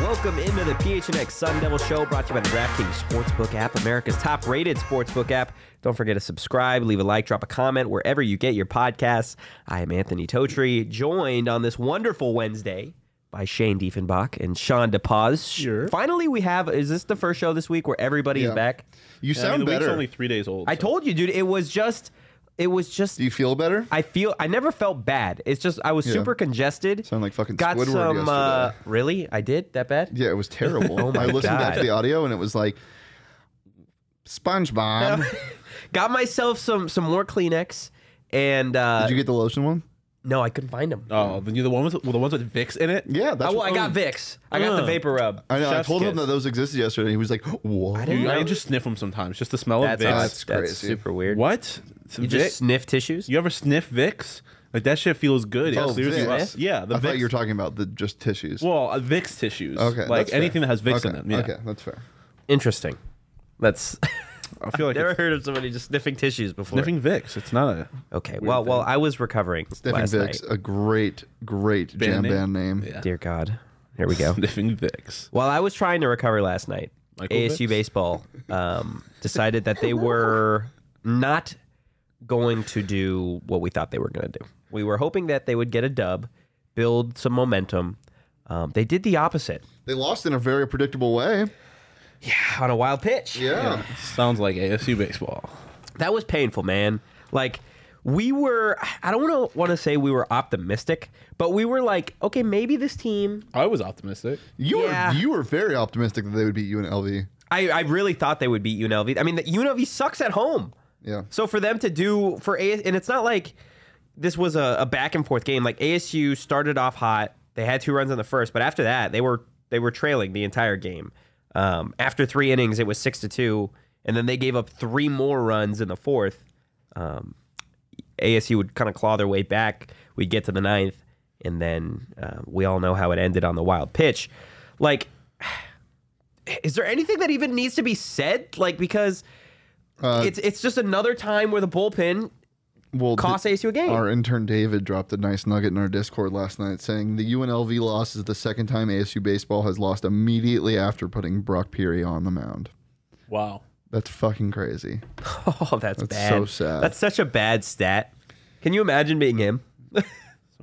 Welcome into the PHNX Sun Devil Show, brought to you by the DraftKings Sportsbook app, America's top-rated sportsbook app. Don't forget to subscribe, leave a like, drop a comment wherever you get your podcasts. I am Anthony Totri, joined on this wonderful Wednesday by Shane Diefenbach and Sean DePaz. Sure. Finally, we have—is this the first show this week where everybody is Yeah. back? You Yeah, I sound mean, the better. week's only three days old. I so- told you, dude. It was just. It was just. Do you feel better? I feel. I never felt bad. It's just I was super congested. Sound like fucking Got Squidward some. yesterday. Uh, really, I did that bad. yeah, it was terrible. Oh my I listened back to God. the audio and it was like SpongeBob. Got myself some some more Kleenex, and uh, Did you get the lotion one? no, I couldn't find them. Oh, the, the ones well, the ones with Vicks in it. Yeah, that's Oh, well, I what- got Vicks. I got the Ugh. vapor rub. I know. I Chef's told him kiss. that those existed yesterday. and He was like, "What?" didn't Dude, know. I just sniff them sometimes. Just the smell That's, of Vicks. that's, That's that's crazy. super weird. What? You just sniff tissues? you ever sniff Vicks? Like that shit feels good. Oh, It seriously- Vicks? Yeah, the I thought Vicks. you were talking about the just tissues. well, uh, Vicks tissues. okay, like that's fair. anything that has Vicks okay, in them. Yeah. Okay, that's fair. Interesting. That's. I feel like Never it's heard of somebody just sniffing tissues before. sniffing Vicks. It's not a. Okay. Well, well, I was recovering Sniffing last Vicks, night. a great, great jam name? band name. Yeah. Dear God. Here we go. Sniffing Vicks. While I was trying to recover last night, Michael ASU Vicks? baseball um, decided that they were not going to do what we thought they were going to do. We were hoping that they would get a dub, build some momentum. Um, they did the opposite They lost in a very predictable way. on a wild pitch. Yeah. Sounds like ASU baseball. That was painful, man. Like we were I don't want to want to say we were optimistic, but we were like, okay, maybe this team I was optimistic. You Yeah. were you were very optimistic that they would beat UNLV. I, I really thought they would beat UNLV. I mean, the, UNLV sucks at home. Yeah. So for them to do for AS, and it's not like this was a, a back and forth game. Like ASU started off hot. They had two runs in the first, but after that, they were they were trailing the entire game. Um, after three innings, it was six to two, and then they gave up three more runs in the fourth. Um, ASU would kind of claw their way back. We'd get to the ninth, and then uh, we all know how it ended on the wild pitch. Like, is there anything that even needs to be said? Like, because Uh, it's it's just another time where the bullpen Well, costs th- ASU a game. Our intern David dropped a nice nugget in our Discord last night saying the UNLV loss is the second time ASU baseball has lost immediately after putting Brock Peary on the mound. Wow. That's fucking crazy. Oh, that's, bad. so sad. That's such a bad stat. Can you imagine being him? So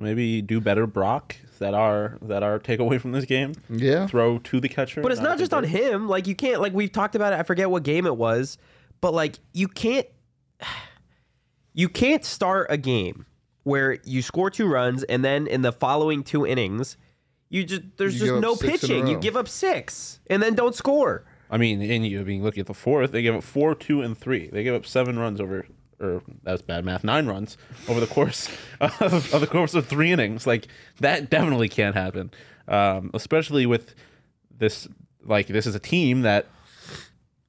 maybe do better, Brock. Is that our is that our takeaway from this game? Yeah. Throw to the catcher. But it's not at just the on dirt. him. Like you can't like we've talked about it. I forget what game it was, but like you can't you can't start a game where you score two runs and then in the following two innings you just there's You just give up no six in a pitching. You row. give up six and then don't score. I mean, and you I mean, look at the fourth. They gave up four, two, and three. They gave up seven runs over, or that's bad math, nine runs over the course of, of the course of three innings. Like that definitely can't happen, um, especially with this. Like this is a team that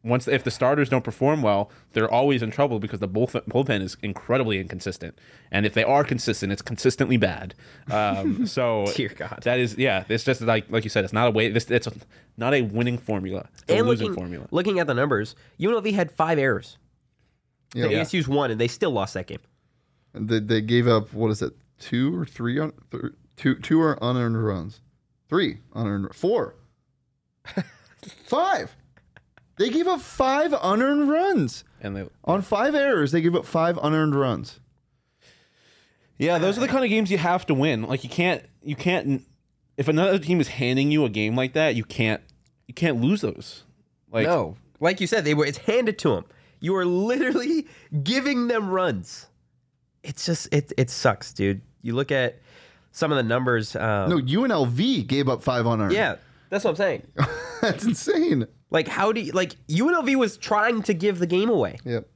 once if the starters don't perform well, they're always in trouble because the bullf- bullpen is incredibly inconsistent, and if they are consistent, it's consistently bad. Um, so Dear God. that is yeah. It's just like like you said, it's not a way. This it's a, not a winning formula. It's a and losing looking formula. looking at the numbers, UNLV had five errors. Yeah. The ASU's won and they still lost that game. And They, they gave up what is it? Two or three un, th- two two or unearned runs. Three unearned four. five. They gave up five unearned runs. And they, On five errors, they gave up five unearned runs. yeah, those are the kind of games you have to win. Like you can't you can't if another team is handing you a game like that, you can't you can't lose those. Like No, Oh, like you said, they were. It's handed to them. You are literally giving them runs. It's just it. It sucks, dude. You look at some of the numbers. Um, No, UNLV gave up five unearned. Yeah, that's what I'm saying. That's insane. Like, how do you like UNLV was trying to give the game away, Yep.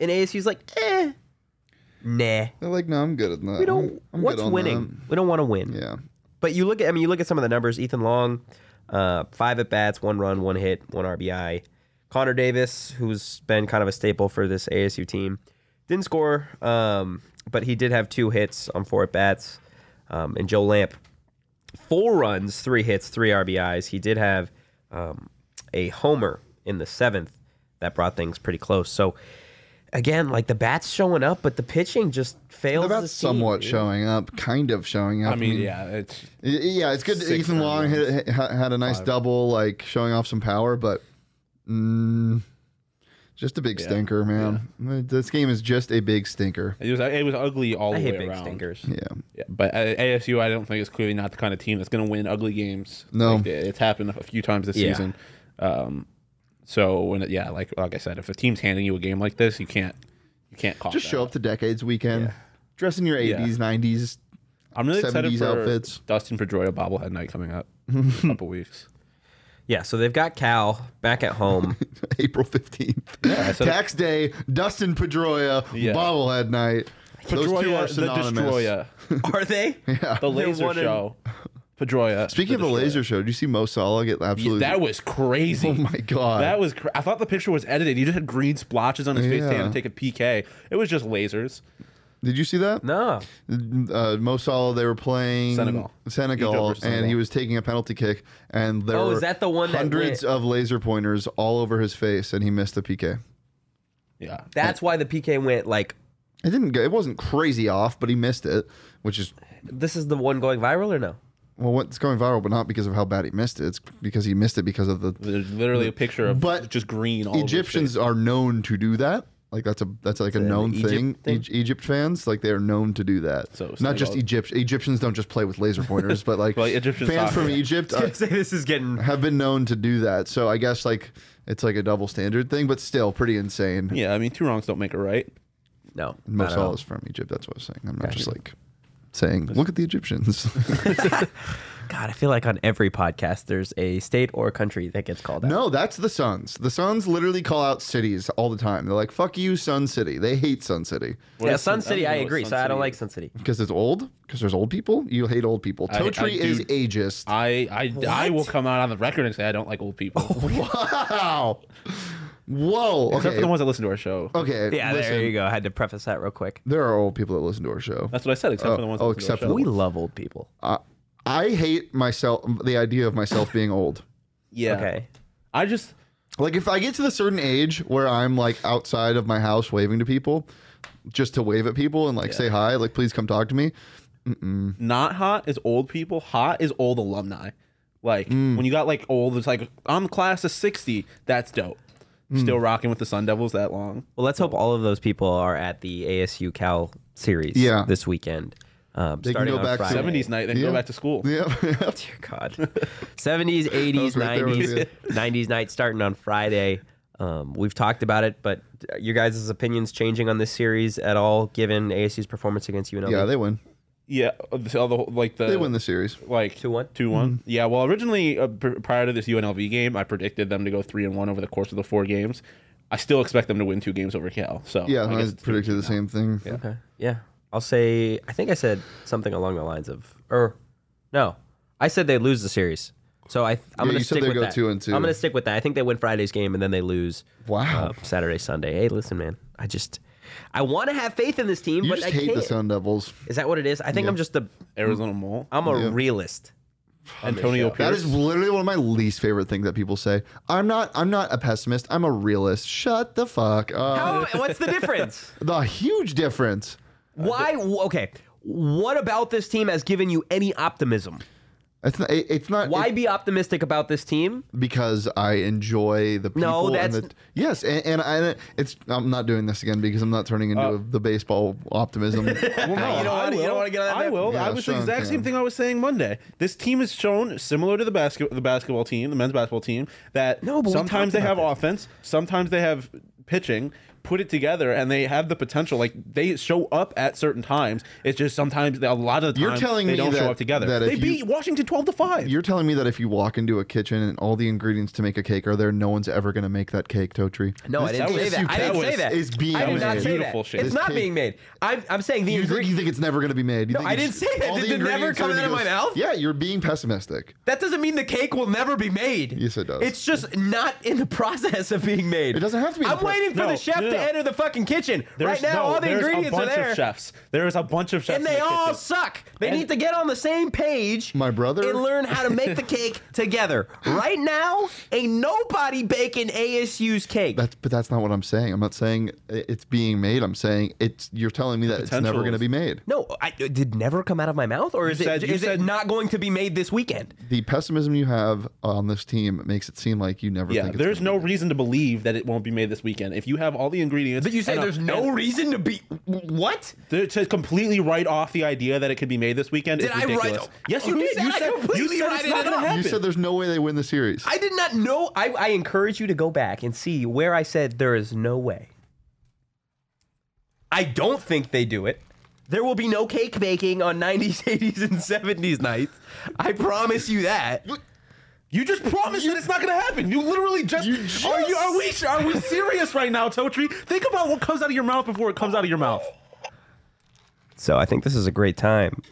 and ASU's like, eh, nah. They're like, no, I'm good at that. We don't. I'm what's good on winning? We don't want to win. that." Yeah. But you look at. I mean, you look at some of the numbers. Ethan Long, uh, five at bats, one run, one hit, one RBI. Connor Davis, who's been kind of a staple for this ASU team, didn't score, um, but he did have two hits on four at bats. Um, and Joe Lamp, four runs, three hits, three RBIs. He did have um, a homer in the seventh that brought things pretty close. So again, like the bats showing up, but the pitching just fails. They're the about team, somewhat dude. showing up, kind of showing up. I mean, yeah, it's Y- yeah, it's good. that Six Ethan home Long hit, ha- had a nice double, like showing off some power, but mm, just a big stinker, man. This game is just a big stinker. it was it was ugly all I the hate way big around. stinkers. Yeah, Yeah, but uh, ASU, I don't think is clearly not the kind of team that's going to win ugly games. No. Like, it- it's happened a few times this Yeah. season. Um, so when it, yeah, like like I said, if a team's handing you a game like this, you can't you can't call. just that. show up to Decades Weekend, dress in your Yeah. '80s, '90s. I'm really excited 70s for outfits. Dustin Pedroia bobblehead night coming up in a couple weeks. Yeah, so they've got Cal back at home. April 15th. so- Tax day, Dustin Pedroia, Yeah. bobblehead night. Those two are Pedroia, the synonymous. Destroyer, Are they? the laser one in- show. Pedroia. Speaking of the Destroyer. laser show, did you see Mo Salah get absolutely? that was crazy. oh my god! That was. Cr- I thought the picture was edited. He just had green splotches on his face Yeah. to take a PK. It was just lasers. did you see that? No. uh, Mo Salah, they were playing Senegal. Senegal, Egypt versus and Senegal. he was taking a penalty kick, and there Oh, were is that the one that hundreds went- of laser pointers all over his face, and he missed the PK. Yeah. That's why the PK went like It didn't. Go, it wasn't crazy off, but he missed it, which is this is the one going viral or no? well, what's going viral, but not because of how bad he missed it. It's because he missed it because of the There's literally a picture of But just green. All over his Egyptians are known to do that. Like that's a that's like a known Egypt thing. thing? E- Egypt fans like they are known to do that. So not just Senegal- Egypt. Egyptians don't just play with laser pointers, but like, Like Egyptian fans soccer. from Egypt are, Say this is getting have been known to do that. So I guess like it's like a double standard thing, but still pretty insane. face. Yeah, I mean, two wrongs don't make a right. no. not Most at all. all is from Egypt. That's what I was saying. I'm not just like saying look at the Egyptians. God, I feel like on every podcast there's a state or country that gets called out. no, that's the Suns. The Suns literally call out cities all the time. They're like fuck you, Sun City. They hate Sun City What yeah, is- Sun City, don't I know what agree. Sun so I don't City like is. Sun City. because it's old. Because there's old people. You hate old people. I- I Toe Tree is do- ageist. I I, I will come out on the record and say I don't like old people. wow. Whoa. Except Okay. for the ones that listen to our show. okay. Yeah, listen, there you go. I had to preface that real quick. There are old people that listen to our show. That's what I said. Except Oh, for the ones. oh, that listen except to our for We show. love old people. I, I hate myself. The idea of myself being old. yeah. Okay. I just Like if I get to the certain age where I'm like outside of my house waving to people, just to wave at people and like say hi, like please come talk to me. not hot is old people. Hot is old alumni. Like Mm. when you got like old, it's like I'm class of '60. That's dope. Mm. Still rocking with the Sun Devils that long. Well, let's hope all of those people are at the ASU Cal series Yeah. this weekend. Um, They can starting go on back to- Friday. '70s night, then Yeah. go back to school. Yeah. Dear God. 70s, 80s, was right there with 90s, 90s night starting on Friday. Um, we've talked about it, but uh, your guys' opinions changing on this series at all given ASU's performance against UNLV? yeah, they win. Yeah, so the, like the They win the Mm. series. like 2-1? two one. Yeah, well, originally uh, pr- prior to this UNLV game, I predicted them to go three and one over the course of the four games. I still expect them to win two games over Cal. So Yeah, I I, guess it's predicted the same thing. Okay. Yeah. I'll say, I think I said something along the lines of, or no, I said they lose the series. So I, I'm Yeah, going you to said stick they with go that. two and two. I'm going to stick with that. I think they win Friday's game and then they lose Wow. uh, Saturday, Sunday. Hey, listen, man, I just, I want to have faith in this team, You but just I hate can't. the Sun Devils. Is that what it is? I think I'm just a, Arizona Mole. I'm a Yeah. realist. Antonio Pierce. That is literally one of my least favorite things that people say. I'm not. I'm not a pessimist. I'm a realist. Shut the fuck up. How, what's the difference? The huge difference. Uh, Why? Okay. What about this team has given you any optimism? It's not. it- it's not. Why be optimistic about this team? because I enjoy the people. No, and that's- the, yes, and, and I. It's. I'm not doing this again because I'm not turning into Uh. the baseball optimism. No, you don't I wanna- you will. don't wanna get on that- I will. Yeah, I was Sean the exact can. same thing I was saying Monday. This team has shown, similar to the basket, the basketball team, the men's basketball team, that No, but we sometimes talked they have about offense, sometimes they have pitching. Put it together, and they have the potential. Like they show up at certain times. It's just sometimes a lot of the You're time telling they me don't that- show up together. that if they you- beat Washington twelve to five. You're telling me that if you walk into a kitchen and all the ingredients to make a cake are there, no one's ever going to make that cake, Totri. No, I This- didn't that say was- that. I didn't that say was- that. is being I did not made. say Beautiful that. shit. It's This not cake- being made. I'm, I'm saying the You think, ingredients. you think it's never going to be made? You think I it's- didn't say that. all the Did it never ingredients are come gonna out of go- my mouth? Yeah, you're being pessimistic. That doesn't mean the cake will never be made. Yes, it does. It's just not in the process of being made. It doesn't have to be in I'm the pro- waiting for No, the chef no, to no. enter the fucking kitchen. right There's- now, no, all the there's a ingredients bunch are there. Of chefs. There is a bunch of chefs, and in they the all kitchen. suck. They And- need to get on the same page. My brother- and learn how to make the cake together. Right now, ain't nobody baking ASU's cake. That's but that's not what I'm saying. I'm not saying i- it's being made. I'm saying it's. You're telling me that it's never potential going to is- be made. no, I, it did never come out of my mouth, or is said- it you is said- it not going to be made this weekend? The pessimism you have on this team makes it seem like you never. Yeah, think it's there's gonna no reason to believe that it won't be made this weekend. If you have all the ingredients, But you said and a- there's no and reason to be what? th- to completely write off the idea that it could be made this weekend. Did is I write- ridiculous. Yes, you Who did. said you I said you completely said write it's it not gonna off? happen. You said there's no way they win the series. I did not know. I, I encourage you to go back and see where I said there is no way. I don't think they do it. There will be no cake baking on 90s, 80s, and 70s nights. I promise you that. You just promised that it's not going to happen. You literally just, You just- are you are we are we serious right now, Totri? Think about what comes out of your mouth before it comes out of your mouth. So I think this is a great time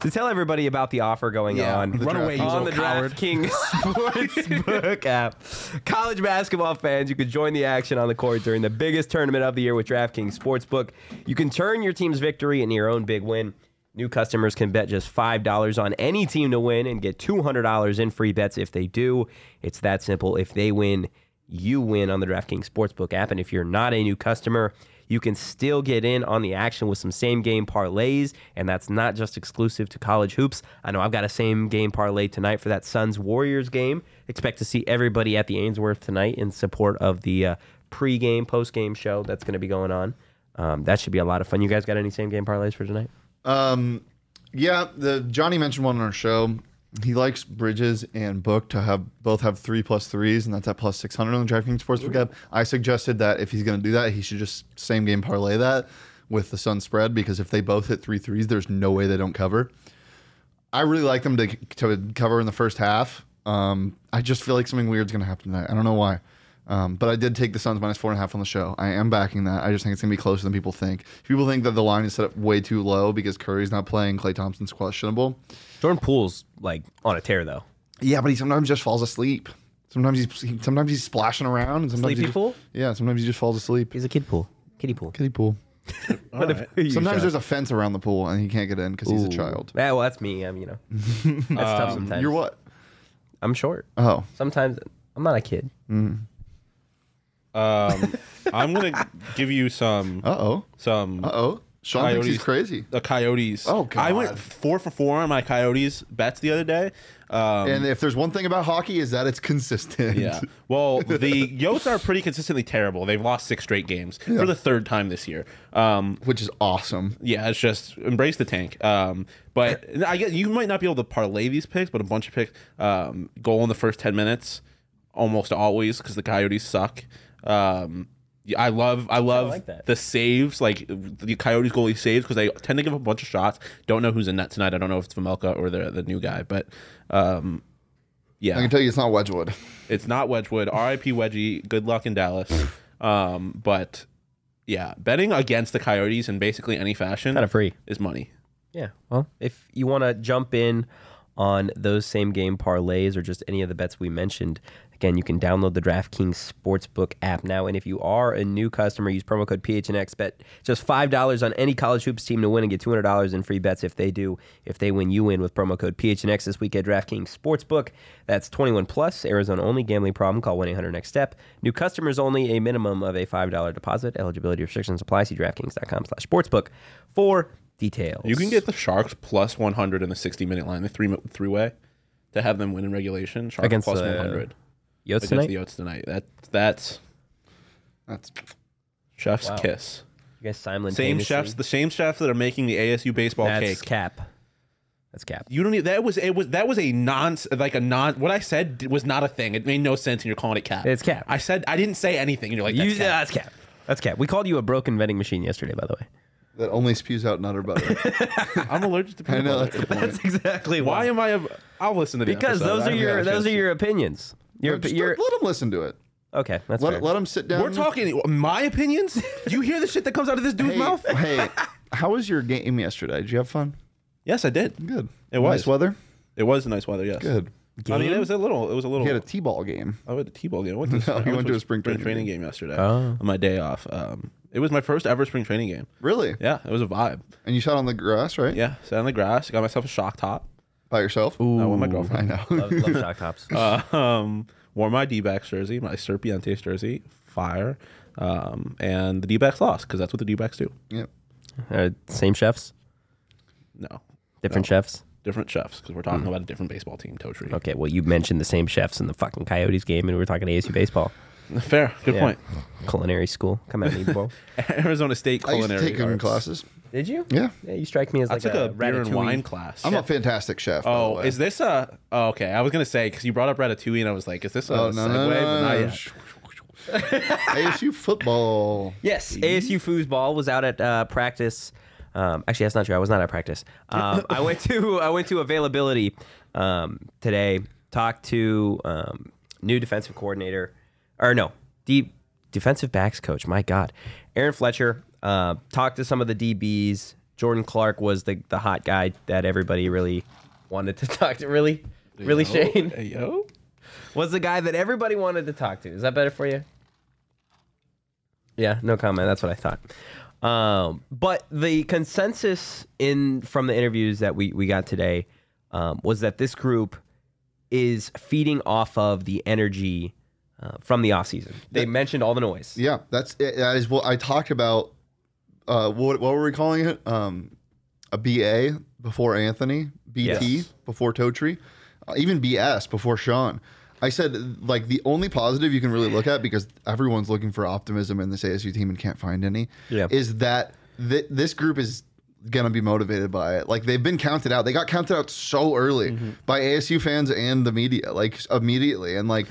to tell everybody about the offer going Yeah, on. the Run draft. away, you on the little coward. DraftKings Sportsbook app. College basketball fans, you could join the action on the court during the biggest tournament of the year with DraftKings Sportsbook. You can turn your team's victory into your own big win. New customers can bet just $5 on any team to win and get $200 in free bets if they do. It's that simple. If they win, you win on the DraftKings Sportsbook app. And if you're not a new customer, you can still get in on the action with some same game parlays. And that's not just exclusive to college hoops. I know I've got a same game parlay tonight for that Suns Warriors game. Expect to see everybody at the Ainsworth tonight in support of the uh, pre-game, post-game show that's going to be going on. Um, that should be a lot of fun. You guys got any same game parlays for tonight? Um, yeah, the Johnny mentioned one on our show. He likes Bridges and Book to have both have three plus threes, and that's at plus six hundred on the DraftKings Sportsbook app. I suggested that if he's going to do that, he should just same game parlay that with the Sun spread because if they both hit three threes, there's no way they don't cover. I really like them to to cover in the first half. Um, I just feel like something weird's going to happen tonight. I don't know why. Um, but I did take the Suns minus four and a half on the show. I am backing that. I just think it's going to be closer than people think. People think that the line is set up way too low because Curry's not playing. Clay Thompson's questionable. Jordan Poole's like on a tear though. Yeah, but he sometimes just falls asleep. Sometimes he's he- sometimes he's splashing around. And sometimes Sleepy he just- pool? Yeah, sometimes he just falls asleep. He's a kid pool, kitty pool. Kiddie pool. All right. Sometimes there's a fence around the pool and he can't get in because he's a child. Yeah, well, that's me. I'm you know, that's tough sometimes. You're what? I'm short. Oh, Sometimes I'm not a kid. Um, I'm gonna give you some uh oh, some uh oh. Sean thinks he's Coyotes. crazy. the coyotes. Oh, God. I went four for four on my coyotes bets the other day. Um, And if there's one thing about hockey is that it's consistent. yeah. Well, the Yotes are pretty consistently terrible. They've lost six straight games for the third time this year. Um, Which is awesome. yeah, it's just embrace the tank. Um, but I guess you might not be able to parlay these picks, but a bunch of picks, um, goal in the first ten minutes, almost always because the Coyotes suck. Um, yeah, I love, I love like that. the saves, like the Coyotes goalie saves because they tend to give up a bunch of shots. Don't know who's in net tonight. I don't know if it's Vamelka or the the new guy, but um, I yeah, can tell you it's not Wedgwood. it's not Wedgwood. R.I.P. Wedgie. Good luck in Dallas. Um, but yeah, betting against the Coyotes in basically any fashion Kind of free. is money. Yeah. Well, if you want to jump in on those same game parlays or just any of the bets we mentioned, again, you can download the DraftKings Sportsbook app now. And if you are a new customer, use promo code PHNX. Bet just $5 on any college hoops team to win and get $200 in free bets if they do. If they win, you win with promo code PHNX this week at DraftKings Sportsbook. That's 21 plus, Arizona only gambling problem. Call 1 800 next step. New customers only, a minimum of a $5 deposit. Eligibility restrictions apply. See DraftKings.com slash sportsbook for details. You can get the Sharks plus 100 in the 60 minute line, the three three way, to have them win in regulation. Sharks Against uh, plus the- 100 Yotes against tonight? the Yotes tonight. That that's That's chef's kiss. you guys simultaneously. Same chefs, the same chefs that are making the ASU baseball That's cake. cap. That's cap. you don't need that was it was that was a non like a non what I said was not a thing. It made no sense, and you're calling it cap. It's cap. I said I didn't say anything, and you're like that's You- cap. that's cap. That's cap. We called you a broken vending machine yesterday, by the way. that only spews out nutter butter. I'm allergic to I peanut know butter. that's the point. That's exactly Why am I? A, I'll listen to the Because episode. those I are haven't your had a those are chance your opinions. Your Just your let let him listen to it. okay. That's fair. Let, let him sit to. down. We're talking my opinions. Do you hear the shit that comes out of this dude's Hey, mouth? hey, how was your game yesterday? Did you have fun? Yes, I did. Good. It was. nice weather. It was nice weather. Yes. Good. I mean, it was a little. It was a little. He had a T-ball game. I went to T-ball game. I went to, No, I you went to a spring training, training Oh. game, yesterday on my day off. Um, it was my first ever spring training game. Really? Yeah, it was a vibe. And you shot on the grass, right? Yeah, sat on the grass, got myself a shock top. By yourself? I went with my I girlfriend. Love, know. love shock tops. Uh, um, wore my D-backs jersey, my Serpientes jersey, fire, um, and the D-backs lost because that's what the D-backs do. yeah. Uh, same chefs, No, different chefs. different chefs because we're talking Mm. about a different baseball team. Toe tree. Okay, well, you mentioned the same chefs in the fucking Coyotes game, and we were talking ASU baseball, Fair. Good Yeah. point. culinary school. Come at me, bro. Arizona State I used culinary. to take cooking arts. classes. Did you? Yeah. Yeah, you strike me as I like took a, a, beer and ratatouille. wine class. I'm a fantastic chef. by the Oh, way. is this a? Oh, okay, I was gonna say because you brought up Ratatouille, and I was like, is this a Oh, segue? no, but no, no, not no. yet. ASU football. Yes, ASU foosball was out at uh, practice. Um, actually, that's not true. I was not at practice. Um, I went to I went to availability um, today. Talked to um, new defensive coordinator, or no, deep defensive backs coach. My God, Aaron Fletcher. Uh, talked to some of the DBs. Jordan Clark was the the hot guy that everybody really wanted to talk to. Really, really Shane Hey, yo. was the guy that everybody wanted to talk to. Is that better for you? Yeah, no comment. That's what I thought. Um, but the consensus in from the interviews that we we got today um, was that this group is feeding off of the energy uh, from the offseason. They mentioned all the noise. Yeah, that's it. that is what I talked about. Uh, what what were we calling it? Um, a BA before Anthony, BT Yes. before Totri, uh, even BS before Sean. I said like the only positive you can really look at because everyone's looking for optimism in this ASU team and can't find any. Yeah. is that th- this group is gonna be motivated by it. Like they've been counted out. They got counted out so early Mm-hmm. by ASU fans and the media, like immediately, and like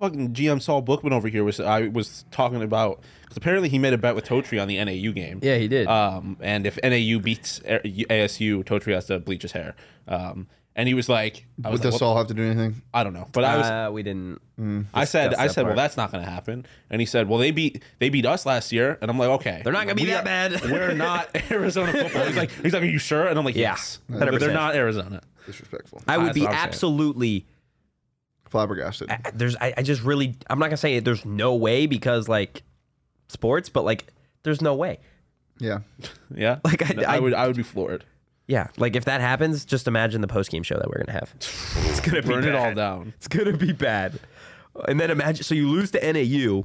Fucking GM Saul Bookman over here was I was talking about because apparently he made a bet with Totri on the NAU game. Yeah, he did. Um, and if NAU beats A- ASU, Totri has to bleach his hair. Um, and he was like, I was would like, this well, all have to do anything? I don't know, but I was Mm-hmm. uh, we didn't. I said, discuss I that said, well, part. that's not going to happen. And he said, well, they beat they beat us last year, and I'm like, okay, they're not gonna be that bad. We're not Arizona football. He's like, he's like, are you sure? And I'm like, Yeah, yes, But 100%. they're not Arizona. Disrespectful, I would That's be what I'm saying. absolutely. flabbergasted. There's. I, I just really. I'm not gonna say there's no way because like sports, but like there's no way. Yeah. Yeah, Like, I- No, I- would, I would be floored. Yeah, like if that happens, just imagine the post game show that we're gonna have. It's gonna be Burn it all bad. down. It's gonna be bad. And then imagine, so you lose to NAU,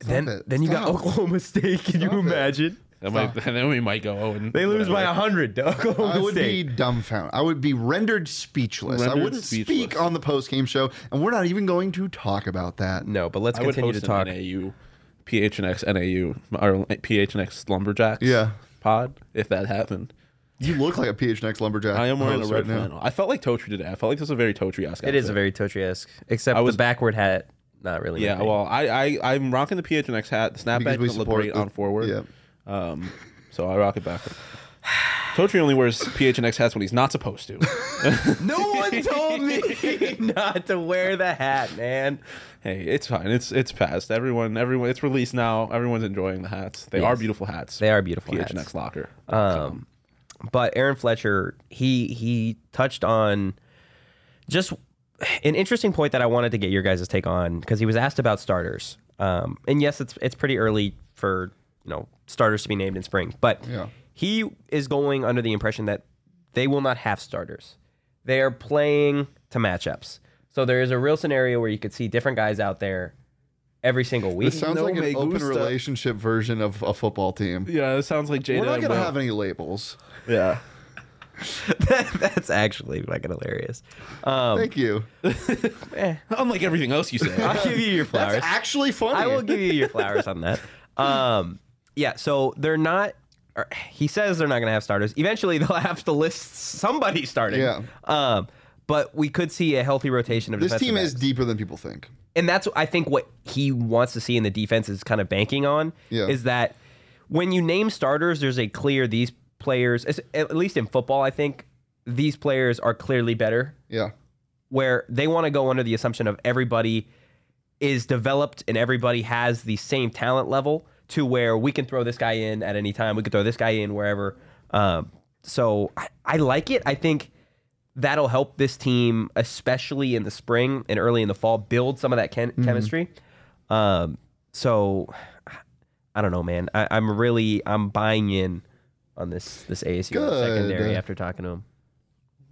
then it. then you got Stop. Oklahoma State. Can Stop you it. imagine? That might, then we might go. Oh, and They lose by whatever. hundred to Oklahoma I would State. be dumbfounded. I would be rendered speechless. I Rendered wouldn't speechless. speak on the post game show, and we're not even going to talk about that. no, but let's I would continue host to an talk. NAU, PHNX, NAU, or PHNX Lumberjacks. Yeah. pod if that happened. You look like a PHNX lumberjack. I am wearing a host red right now. flannel. I felt like Totri today. I felt like this was a very Totri ask. It is a very Totri esque, except was- the backward hat. Not really. my Yeah, thing. well, I, I I'm rocking the PHNX hat. The snapback Because we doesn't look support great the- on forward. yeah. Um, so I rock it backward. Totri only wears PHNX hats when he's not supposed to. no one told me not to wear the hat, man. hey, it's fine. It's it's past. Everyone, everyone, it's released now. Everyone's enjoying the hats. They are beautiful hats. They are beautiful hats. PHNX locker. Uh, Um, but Aaron Fletcher, he he touched on just an interesting point that I wanted to get your guys' take on because he was asked about starters. Um, and yes, it's it's pretty early for you know starters to be named in spring, but Yeah. he is going under the impression that they will not have starters. They are playing to matchups. So there is a real scenario where you could see different guys out there every single week. This sounds No like an me open gusta. relationship version of a football team. yeah, that sounds like Jada. We're not and going to Will. have any labels. Yeah. That's actually fucking hilarious. Um, Thank you. Unlike everything else you say. I'll give you your flowers. That's actually funny. I will give you your flowers on that. Um, yeah, so they're not. Or he says they're not going to have starters. Eventually, they'll have to list somebody starting. Yeah. Um, but we could see a healthy rotation of this defensive team is backs. deeper than people think. and that's I think what he wants to see in the defense is kind of banking on Yeah. is that when you name starters, there's a clear these players, as- at least in football, I think these players are clearly better Yeah. where they want to go under the assumption of everybody is developed and everybody has the same talent level to where we can throw this guy in at any time. We could throw this guy in wherever. Um, so I, I like it. I think that'll help this team, especially in the spring and early in the fall, build some of that chem- chemistry. Um, so I don't know, man. I, I'm really I'm buying in on this this ASU Good. secondary after talking to him.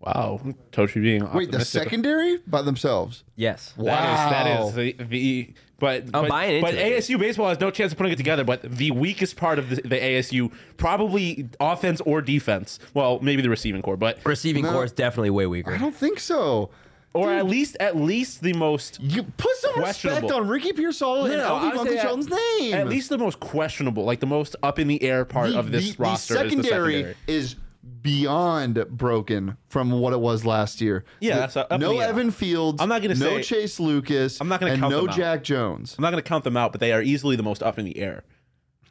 Wow, Toshi being Wait, the optimistic. secondary by themselves. Yes. That Wow. is, that is the, the but I'm but, buying into but it. ASU baseball has no chance of putting it together. But the weakest part of the, the ASU, probably offense or defense. Well, maybe the receiving core, but Receiving No. core is definitely way I weaker. don't think so. or at least at least the most You put some respect Questionable. on Ricky Pearsall and no, Alvin I'd say Bunkley at- Shelton's name. at least the most questionable, like the most up in the air part of this roster secondary is the secondary. is beyond broken from what it was last year. Yeah, The- that's up in no the air. Evan Fields. I'm not gonna no say- Chase Lucas. I'm not gonna and count no them out. Jack Jones. I'm not going to count them out, but they are easily the most up in the air.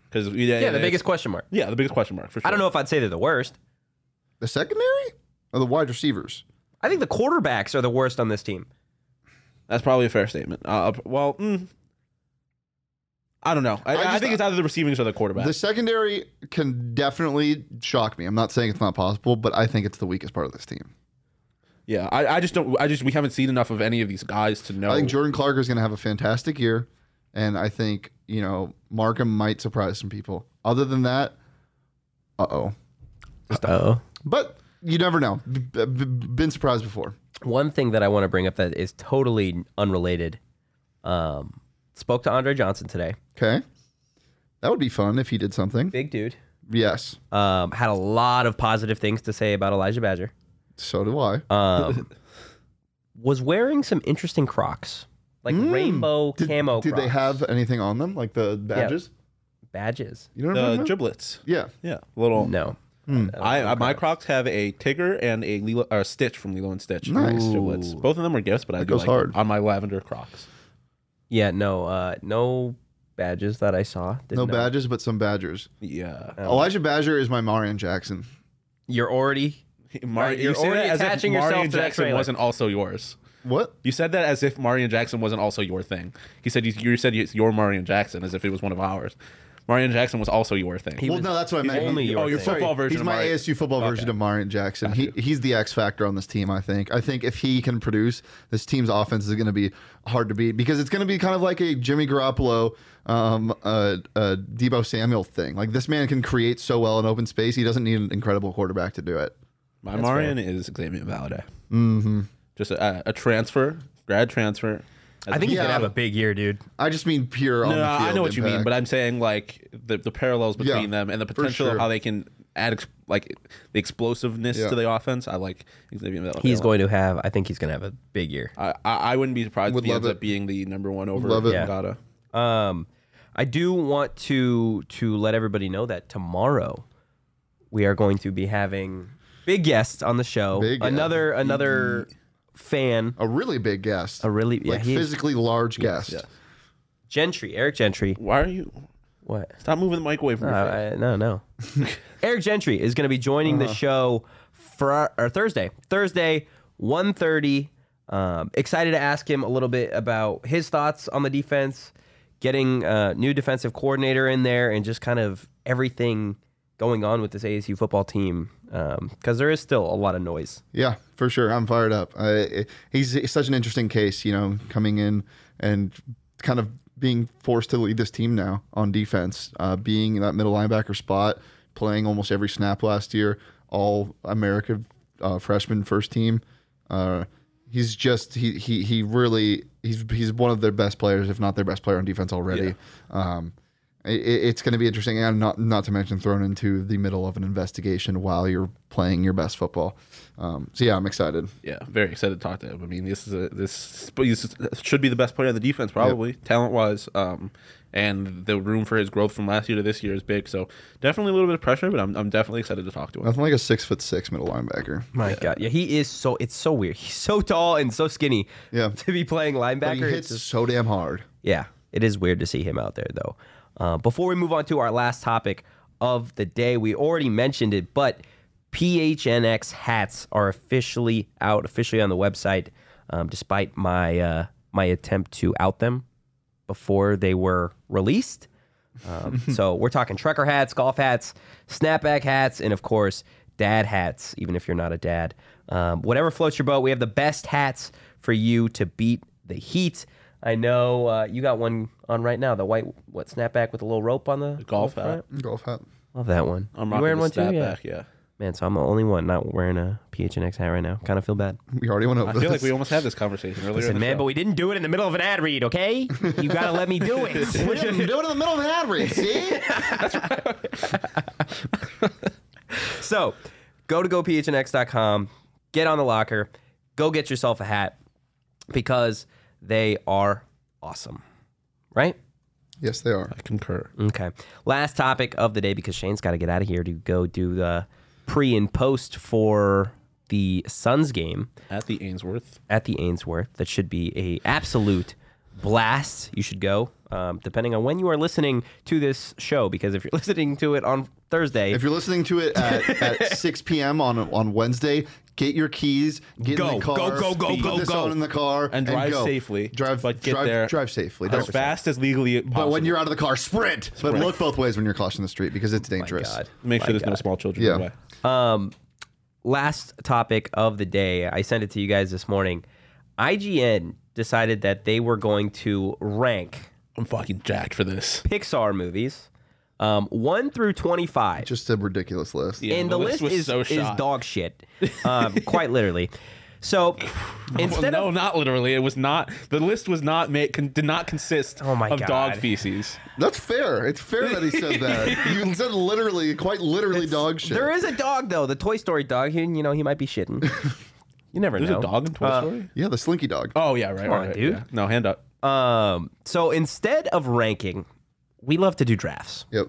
Because yeah, Yeah, the it's- biggest question mark. yeah, the biggest question mark for sure. I don't know if I'd say they're the worst. The secondary or the wide receivers. I think the quarterbacks are the worst on this team. That's probably a fair statement. Uh, well, mm, I don't know. I, I, just- think it's either the receivings or the quarterback. The secondary can definitely shock me. I'm not saying it's not possible, but I think it's the weakest part of this team. Yeah, I, I just don't. I just we haven't seen enough of any of these guys to know. I think Jordan Clark is going to have a fantastic year, and I think you know Markham might surprise some people. Other than that, uh oh. Oh. But you never know. B- b- b- been surprised before. One thing that I want to bring up that is totally unrelated. Um, spoke to Andre Johnson today. Okay. That would be fun if he did something. Big dude. Yes. Um, had a lot of positive things to say about Elijah Badger. So do I. Um, was wearing some interesting Crocs, like rainbow Mm. did, camo. Did they Crocs. have anything on them, like the badges? badges? You know what I'm the talking about? giblets. Yeah. Yeah, little. No. I, I my Crocs have a Tigger and a Lilo, or a Stitch from Lilo and Stitch. Nice. Ooh. giblets. Both of them were gifts, but I do goes like hard. them on my lavender Crocs. Yeah, no, uh, no badges that I saw. Didn't No know. badges, but some badgers. Yeah, Uh, Elijah Badger is my Marion Jackson. You're already. Mar- you're say that already as if attaching yourself Marion to that Jackson trailer. wasn't also yours. What? You said that as if Marion Jackson wasn't also your thing. He said you, you said it's your Marion Jackson as if it was one of ours. Marion Jackson was also your thing. He Well, was no, that's what I meant. Only He- your oh, your thing. football version. He's of my Marion. ASU football version of Marion Jackson. He, he's the X factor on this team, I think. I think if he can produce, this team's offense is going to be hard to beat because it's going to be kind of like a Jimmy Garoppolo, um, uh, uh, Debo Samuel thing. Like this man can create so well in open space, he doesn't need an incredible quarterback to do it. My Marion is Xavier Valade. Mm-hmm. Just a, a transfer, grad transfer. I think he's Yeah. gonna have a big year, dude. I just mean pure. on no, the I field know what you mean, impact. but I'm saying like the, the parallels between Yeah, them and the for potential sure. of how they can add ex- like the explosiveness Yeah. to the offense. I like Xavier Valade. He's a lot. going to have. I think he's gonna have a big year. I, I I wouldn't be surprised Would if he love ends it. up being the number one over Love it. Yeah. Mangata. Um, I do want to to let everybody know that tomorrow we are going to be having big guests on the show. Big guest. another another fan, a really big guest, a really yeah, like he is physically large guest. Gentry, Eric Gentry. Why are you? What? Stop moving the mic away from Uh, your face. I- no, no. Eric Gentry is going to be joining Uh-huh. the show for or Thursday. Thursday, 1.30. Um, excited to ask him a little bit about his thoughts on the defense, getting a new defensive coordinator in there, and just kind of everything going on with this ASU football team. Because there is still a lot of noise. Yeah, for sure. I'm fired up. I, he's, he's such an interesting case, you know, coming in and kind of being forced to lead this team now on defense, uh, being in that middle linebacker spot, playing almost every snap last year, all America uh, freshman first team. Uh, he's just he, he he really he's he's one of their best players, if not their best player on defense already. Um, i- i it's going to be interesting, and not not to mention thrown into the middle of an investigation while you're playing your best football. Um, so yeah, I'm excited. Yeah, very excited to talk to him. I mean, this is a this, this should be the best player on the defense, probably talent wise. Um, and the room for his growth from last year to this year is big. So definitely a little bit of pressure, but I'm, I'm definitely excited to talk to him. Nothing like a six foot six middle linebacker. My God. uh, Yeah, he is so, it's so weird. He's so tall and so skinny Yeah. to be playing linebacker. He It's hits just- so damn hard. Yeah, it is weird to see him out there though. Uh, before we move on to our last topic of the day, we already mentioned it, but PHNX hats are officially out, officially on the website, um, despite my uh, my attempt to out them before they were released. Um, so we're talking trucker hats, golf hats, snapback hats, and of course dad hats, even if you're not a dad. Um, whatever floats your boat, we have the best hats for you to beat the heat. I know uh, you got one on right now, the white what snapback with a little rope on the, golf on the front. hat. Golf hat. Love that one. I'm you rocking wearing the one too? stat Yeah. back, yeah. Man, so I'm the only one not wearing a PHNX hat right now. Kind of feel bad. We already went over I this. feel like we almost had this conversation earlier. in Listen, the man, show. but we didn't do it in the middle of an ad read, okay? You gotta let me do it. We're doing it in the middle of an ad read, see? So go to gophnx.com, get on the locker, go get yourself a hat because they are awesome, right? yes, they are. I concur. Mm. Okay. Last topic of the day because Shane's got to get out of here to go do the pre and post for the Suns game At the Ainsworth. at the Ainsworth. That should be a absolute blast. You should go, um, depending on when you are listening to this show. Because if you're listening to it on Thursday, If you're listening to it at, at 6 p.m. on on Wednesday, get your keys, get Go, in the car, go, go, go, put go, this go. on in the car, And drive go. safely, Drive, but get drive, there drive safely. As Don't, fast as legally possible. but when you're out of the car, sprint. But look both ways when you're crossing the street because it's dangerous. Oh God. Make sure there's no small children Yeah. in the way. last topic of the day. I sent it to you guys this morning. IGN decided that they were going to rank I'm fucking jacked for this. Pixar movies um, 1 through 25. Just a ridiculous list. Yeah, and the, list, was is, so is shot. dog shit, um, quite literally. So instead no, of. not literally. It was not. The list was not made. Con, did not consist Oh my of dog God. feces. That's fair. It's fair that he said that. you said literally, quite literally, dog shit. There is a dog, though, the Toy Story dog. He, you know, he might be shitting. You never There's know. a dog in Toy Story. yeah, the Slinky Dog. Oh yeah, right, Uh, on, right, right, dude. yeah. No hand up. Um, so instead of ranking, we love to do drafts. Yep,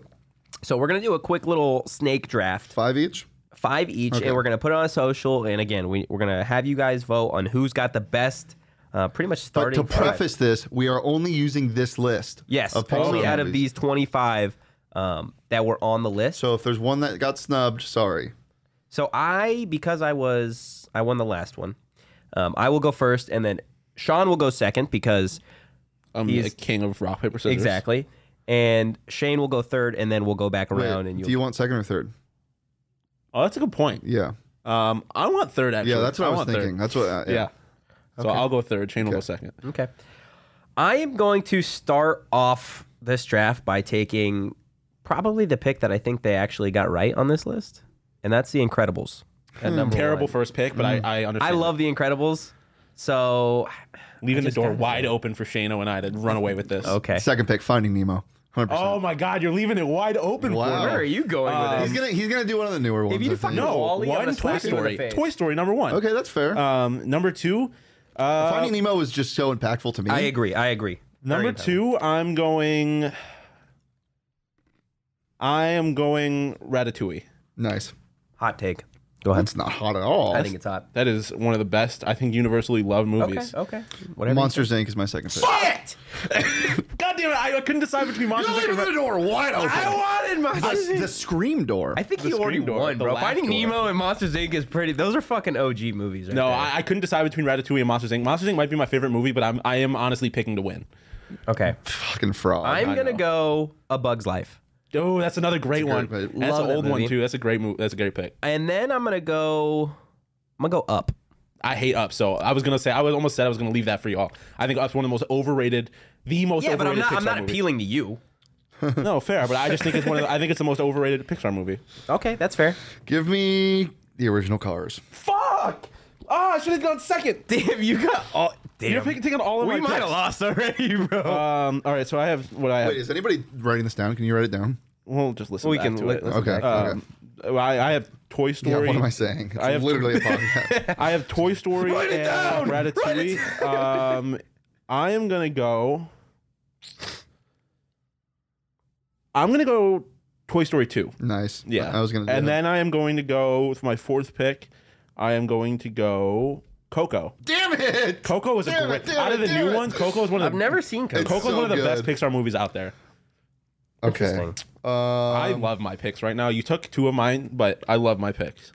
So we're going to do a quick little snake draft. five each. five each, and we're gonna put it on social. And again, we, we're gonna have you guys vote on who's got the best. Uh, pretty much But starting to preface this, we are only using this list. yes, of Pixar only out of movies. these twenty five um, that were on the list. So, So if there's one that got snubbed, sorry. I, because I was, I won the last one. Um, I will go first, and then Sean will go second because I'm He's- a king of rock paper scissors. exactly, and Shane will go third, and then we'll go back Wait, around. and do you want second or third? Oh, that's a good point. Yeah, Um, I want third actually. yeah, that's what I, was want third. thinking. That's what. Uh, Yeah. So I'll go third. Shane will go second. Okay. I am going to start off this draft by taking probably the pick that I think they actually got right on this list, and that's The Incredibles. At number Hmm. Terrible one. Mm. first pick, but I, I I understand. love The Incredibles. So, leaving the just door got- wide open for Shano and I to run away with this. okay. Second pick, Finding Nemo. 100%. Oh my God, you're leaving it wide open Wow. for Where are you going with uh, he's this? gonna he's gonna do one of the newer ones. Oh, you I fucking- think. No, Wall-E, I'm one gonna Toy slap you in the Story. face. Toy Story number one. Okay, that's fair. Um, number two. Uh, Finding Nemo is just so impactful to me. I agree. I agree. Very Number impactful. two, I'm going. I am going Ratatouille. Nice. Hot take. Go ahead. That's not hot at all. I think it's hot. That is one of the best, I think, universally loved Okay. movies. Okay. Whatever. Monsters Inc. is my second pick. Shit! God damn it! I, I couldn't decide between Monsters Inc. and Ra- door wide open. wanted Monsters. the scream door. I think The you already screen door, won, the bro. laugh Finding door. Nemo and Monsters Inc. is pretty. Those are fucking OG movies, right No, there. I, I couldn't decide between Ratatouille and Monsters Inc. Monsters Inc. might be my favorite movie, but I'm I am honestly picking to win. Okay. fucking fraud. I'm gonna know. go A Bug's Life, Oh, that's another great a one. great pick. That's Love an that old one movie. too. That's a great movie. That's a great pick. and then I'm gonna go. I'm gonna go Up. I hate Up, so I was gonna say I was almost said I was gonna leave that for y'all. I think Up's one of the most overrated, the most Yeah, but I'm overrated not. Pixar I'm not movie. appealing to you. No, fair, but I just think it's one of the, I think it's the most overrated Pixar movie. Okay, that's fair. Give me the original Cars. Fuck! Oh, I should have gone second. Damn, you got all. Damn, You're picking, taking all of we my might have picks. lost already, bro. Um, all right, so I have what I have. Wait, is anybody writing this down? Can you write it down? we'll just listen. we back can. to li- it. listen Okay. back. Um, I, I have Toy Yeah, Story. what am I saying? It's I have- literally a podcast. I have Toy Story Write it and down! Write it Ratatouille. um, I am gonna go. I'm gonna go Toy Story two. nice. Yeah, I was gonna. Do and that. then I am going to go with my fourth pick. I am going to go Coco. Damn it! Coco is a Damn it, great. damn out it, of the damn new it. ones, Coco is one of I've the never seen Coco. Coco's so one of the best good. Pixar movies out there. Okay. Interesting. Uh, I Um, love my picks right now. You took two of mine, but I love my picks.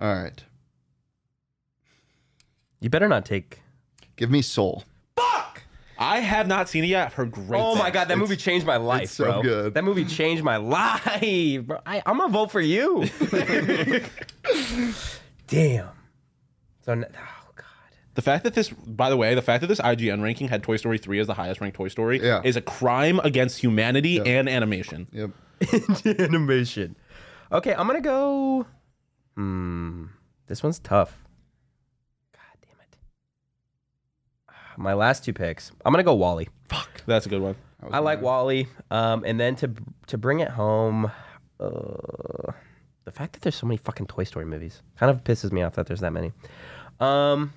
all right. You better not take. Give me Soul. Fuck. I have not seen it yet. I've heard great. Oh my things. god, that movie changed my life, it's so bro. good. That movie changed my life, bro. I, I'm gonna vote for you. Damn. So, n- oh god. The fact that this, by the way, the fact that this IGN ranking had Toy Story 3 as the highest ranked Toy Story Yeah. is a crime against humanity and animation. Yep. animation. Okay, I'm gonna go. Hmm, this one's tough. God damn it. Ah, My last two picks. I'm gonna go Wally. Fuck. That's a good one. I like Wally. Um, and then to to bring it home, uh, the fact that there's so many fucking Toy Story movies kind of pisses me off that there's that many. Um,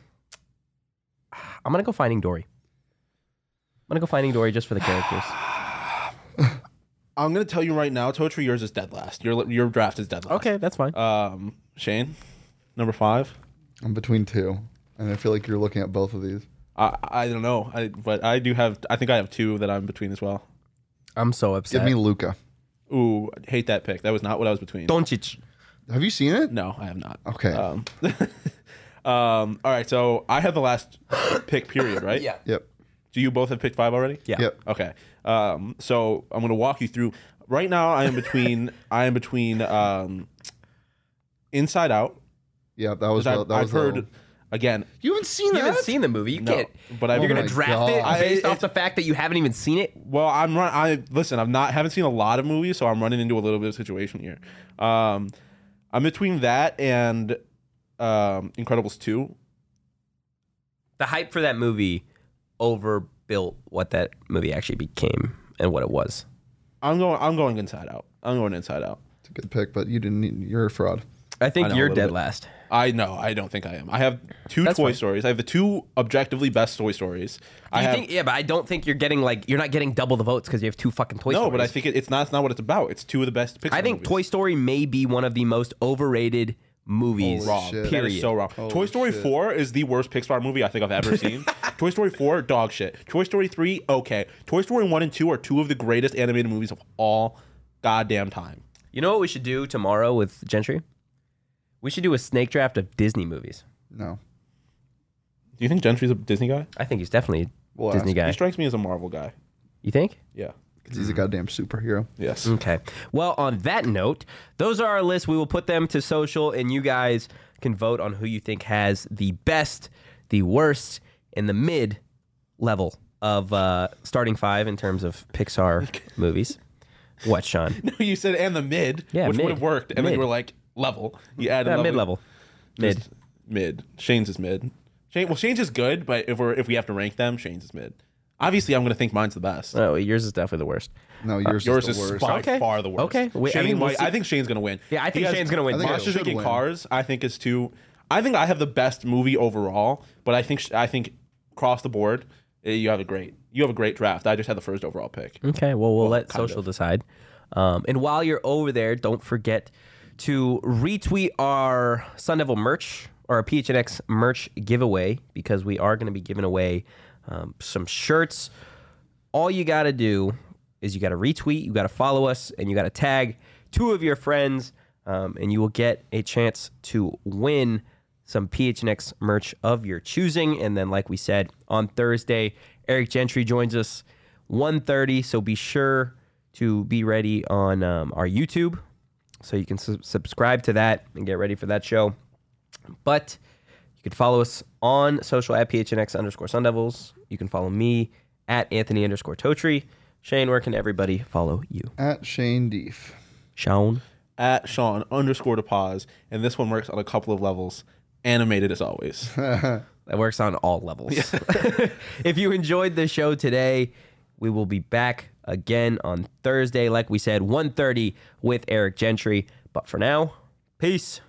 I'm gonna go Finding Dory. I'm gonna go Finding Dory just for the characters. I'm gonna tell you right now, Toad Tree, yours is dead last. Your your draft is dead last. Okay, that's fine. Um, Shane, number five. I'm between two, and I feel like you're looking at both of these. I I don't know, I but I do have. I think I have two that I'm between as well. I'm so Give upset. me Luca. Ooh, I hate that pick. That was not what I was between. Doncic. Have you seen it? No, I have not. Oh. Okay. Um, um, all right, so I have the last pick. Period. Right. Yeah. Yep. Do you both have picked five already? Yeah. Yep. Okay. Um, so I'm gonna walk you through. Right now, I am between. I am between. Um, Inside Out. Yep. That was. Because the- I've, that I've was the- heard again. You haven't seen You that? haven't seen the movie. You No, can't. but I've- you're Oh gonna my draft God. it based I- off the fact that you haven't even seen it. Well, I'm run. I listen. I'm not haven't seen a lot of movies, so I'm running into a little bit of situation here. Um, I'm between that and um, Incredibles two. The hype for that movie overbuilt what that movie actually became and what it was. I'm going. I'm going Inside Out. I'm going Inside Out. It's a good pick, but you didn't. Need, you're a fraud. I I think know, a you're little dead bit. last. I know. I don't think I am. I have two That's Toy fine. Stories. I have the two objectively best Toy Stories. I You have think, yeah, but I don't think you're getting like you're not getting double the votes because you have two fucking Toy no, Stories. but I think it, it's not. It's not what it's about. It's two of the best Pixar. I think movies. Toy Story may be one of the most overrated movies. wrong. shit. That is Period. so wrong. Toy Story shit. 4 is the worst Pixar movie I think I've ever seen. Toy Story 4, dog shit. Toy Story 3, okay. Toy Story 1 and 2 are two of the greatest animated movies of all goddamn time. You know what we should do tomorrow with Gentry? We should do a snake draft of Disney movies. No. Do you think Gentry's a Disney guy? I think he's definitely a We'll Disney ask. He guy. strikes me as a Marvel guy. You think? Yeah. Because he's a goddamn superhero. Yes. Okay. Well, on that note, those are our lists. We will put them to social, and you guys can vote on who you think has the best, the worst, and the mid level of uh, starting five in terms of Pixar movies. What, Sean? No, you said and the mid, Yeah, which mid. would have worked. And then Mid. you were like, level. You added Yeah, mid level. Mid. Just Mid. Shane's is mid. Shane, well, Shane's is good, but if we're if we have to rank them, Shane's is mid. Obviously, I'm going to think mine's the best. Oh, yours is definitely the worst. No, yours, Yours is, is the worst. by Okay. far the worst. Okay. Wait, I Shane mean, we'll might- see. I think Shane's gonna win. Yeah, I think Shane's gonna win. I think it Monsters should Inc. win. Cars, I think is too. I think I have the best movie overall, but I think sh- I think across the board, eh, you have a great you have a great draft. I just had the first overall pick. Okay, well, we'll let social decide. Um, and while you're over there, don't forget to retweet our Sun Devil merch or our PHNX merch giveaway because we are going to be giving away um, some shirts. All you got to do is you got to retweet, you got to follow us, and you got to tag two of your friends, um, and you will get a chance to win some PHNX merch of your choosing. And then, like we said, on Thursday, Eric Gentry joins us 1.30, so be sure to be ready on um, our YouTube so you can su- subscribe to that and get ready for that show. But you can follow us on social at PHNX underscore Sun Devils. You can follow me at Anthony underscore Totri. Shane, where can everybody follow you? At Shane Deef. Sean. At Sean underscore to pause, and this one works on a couple of levels. Animated as always. That works on all levels. if you enjoyed the show today, we will be back again on Thursday, like we said, 1.30 with Eric Gentry. But for now, peace.